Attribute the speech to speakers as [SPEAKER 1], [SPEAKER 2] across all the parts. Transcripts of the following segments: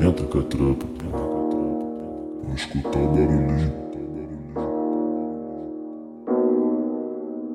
[SPEAKER 1] Entra com a tropa, vou escutar o barulhinho.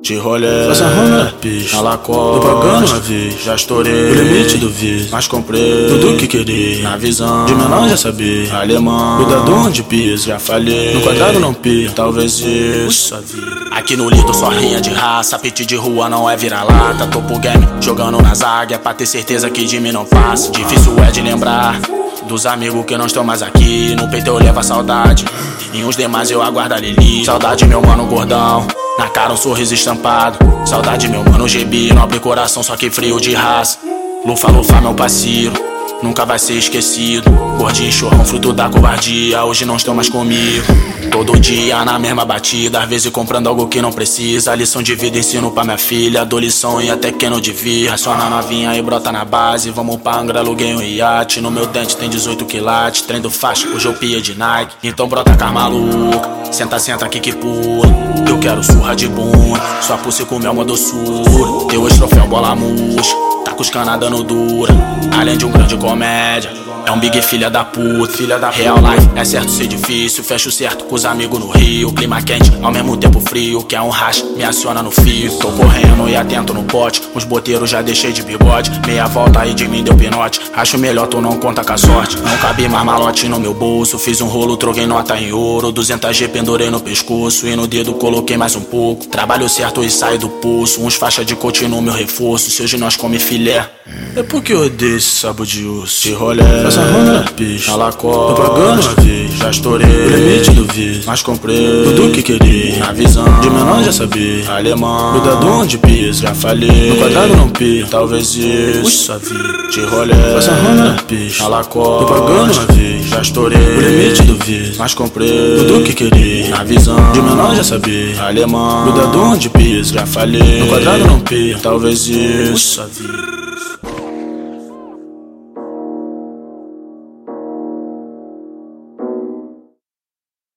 [SPEAKER 2] De rolê, Faça ronda, pista, tô pagando uma vez Já estourei, o limite do vício Mas comprei, tudo que queria Na visão, de menor já sabia Alemão, cuidado onde piso Já falei, no quadrado não piso Talvez isso, a vida
[SPEAKER 3] Aqui no Lido só rinha de raça, pit de rua não é vira-lata. Topo game jogando na zaga, é pra ter certeza que de mim não passa. Difícil é de lembrar dos amigos que não estão mais aqui. No peito eu levo a saudade, e uns demais eu aguardo a Lili. Saudade, meu mano gordão. Na cara um sorriso estampado. Saudade, meu mano GB, nobre coração, só que frio de raça. Lufa, lufa, meu parceiro. Nunca vai ser esquecido. Gordinho, chorrão, fruto da covardia. Hoje não estão mais comigo. Todo dia na mesma batida, às vezes comprando algo que não precisa. Lição de vida ensino pra minha filha, dou lição e até quem não devia. Só na novinha e brota na base. Vamos pra Angra, aluguei um iate. No meu dente tem 18 quilates. Trem do faixa, hoje eu pia de Nike. Então brota cá maluca. Senta, senta aqui que pula. Eu quero surra de bunda. Sua pulse com mel, uma doçura. Teu estroféu, bola murcha. Tá com os cana dando dura. Além de um grande comédia. É um big filha da puta, filha da real life. É certo ser difícil, fecho certo com os amigos no rio. Clima quente, ao mesmo tempo frio. Quer um racha, me aciona no fio. Tô correndo e atento no pote. Os boteiros já deixei de bigode. Meia volta aí de mim deu pinote. Acho melhor tu não conta com a sorte. Não cabe mais malote no meu bolso. Fiz um rolo, troquei nota em ouro. 200 G pendurei no pescoço. E no dedo coloquei mais um pouco. Trabalho certo e saio do pulso. Uns faixa de coach no meu reforço. Se hoje nós come filé.
[SPEAKER 2] É porque eu odeio esse sabo de urso
[SPEAKER 3] De rolê,
[SPEAKER 2] Faça ronda,
[SPEAKER 3] Tá
[SPEAKER 2] pista,
[SPEAKER 3] alacó,
[SPEAKER 2] tô pagando uma vez
[SPEAKER 3] Já estourei,
[SPEAKER 2] O limite do vício
[SPEAKER 3] mas comprei
[SPEAKER 2] Tudo que queria
[SPEAKER 3] Na visão,
[SPEAKER 2] De menor já sabia
[SPEAKER 3] alemão,
[SPEAKER 2] Cuidado onde piso
[SPEAKER 3] já falei
[SPEAKER 2] No quadrado não piso
[SPEAKER 3] Talvez
[SPEAKER 2] Ui,
[SPEAKER 3] isso,
[SPEAKER 2] sua vida
[SPEAKER 3] de rolê
[SPEAKER 2] Faça ronda, pista,
[SPEAKER 3] alacó,
[SPEAKER 2] tô pagando uma vez
[SPEAKER 3] Já estourei,
[SPEAKER 2] O limite do vício
[SPEAKER 3] mas comprei
[SPEAKER 2] Tudo que queria
[SPEAKER 3] Na visão,
[SPEAKER 2] De menor já sabia
[SPEAKER 3] alemão,
[SPEAKER 2] Cuidado onde piso
[SPEAKER 3] já falei
[SPEAKER 2] No quadrado não piso
[SPEAKER 3] Talvez isso,
[SPEAKER 2] sua vida